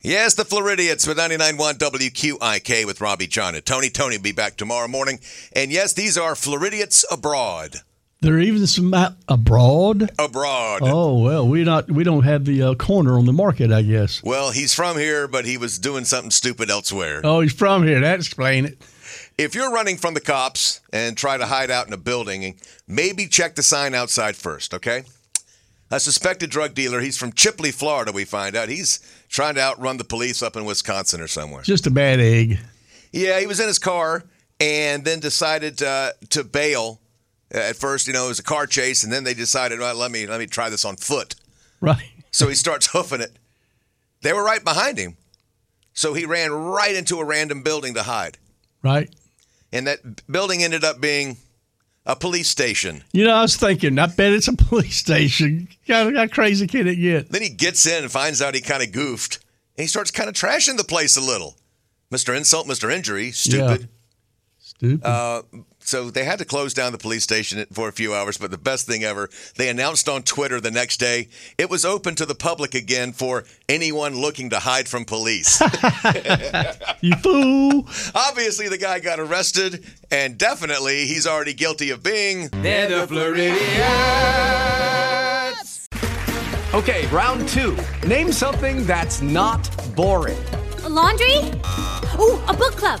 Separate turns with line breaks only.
Yes, the Floridians with 99.1 WQIK with Robbie John and Tony. Tony will be back tomorrow morning. And yes, these are Floridians abroad.
There are even some out abroad.
Abroad.
Oh well, we not we don't have the uh, corner on the market, I guess.
Well, he's from here, but he was doing something stupid elsewhere.
Oh, he's from here. That explain it.
If you're running from the cops and try to hide out in a building, maybe check the sign outside first, okay? A suspected drug dealer, he's from Chipley, Florida, we find out. He's trying to outrun the police up in Wisconsin or somewhere.
Just a bad egg.
Yeah, he was in his car and then decided uh, to bail. Uh, At first, you know, it was a car chase, and then they decided, well, let me let me try this on foot.
Right.
So he starts hoofing it. They were right behind him, so he ran right into a random building to hide,
Right.
and that building ended up being a police station.
You know, I was thinking. I bet it's a police station. God, how crazy can it get?
Then he gets in and finds out he kind of goofed, and he starts kind of trashing the place a little. Mr. Insult, Mr. Injury, stupid.
Yeah. Stupid.
So they had to close down the police station for a few hours, but the best thing ever, they announced on Twitter the next day it was open to the public again for anyone looking to hide from police.
you fool.
Obviously, the guy got arrested, and definitely he's already guilty of being.
Okay, round two. Name something that's not boring.
A laundry? Ooh, a book club.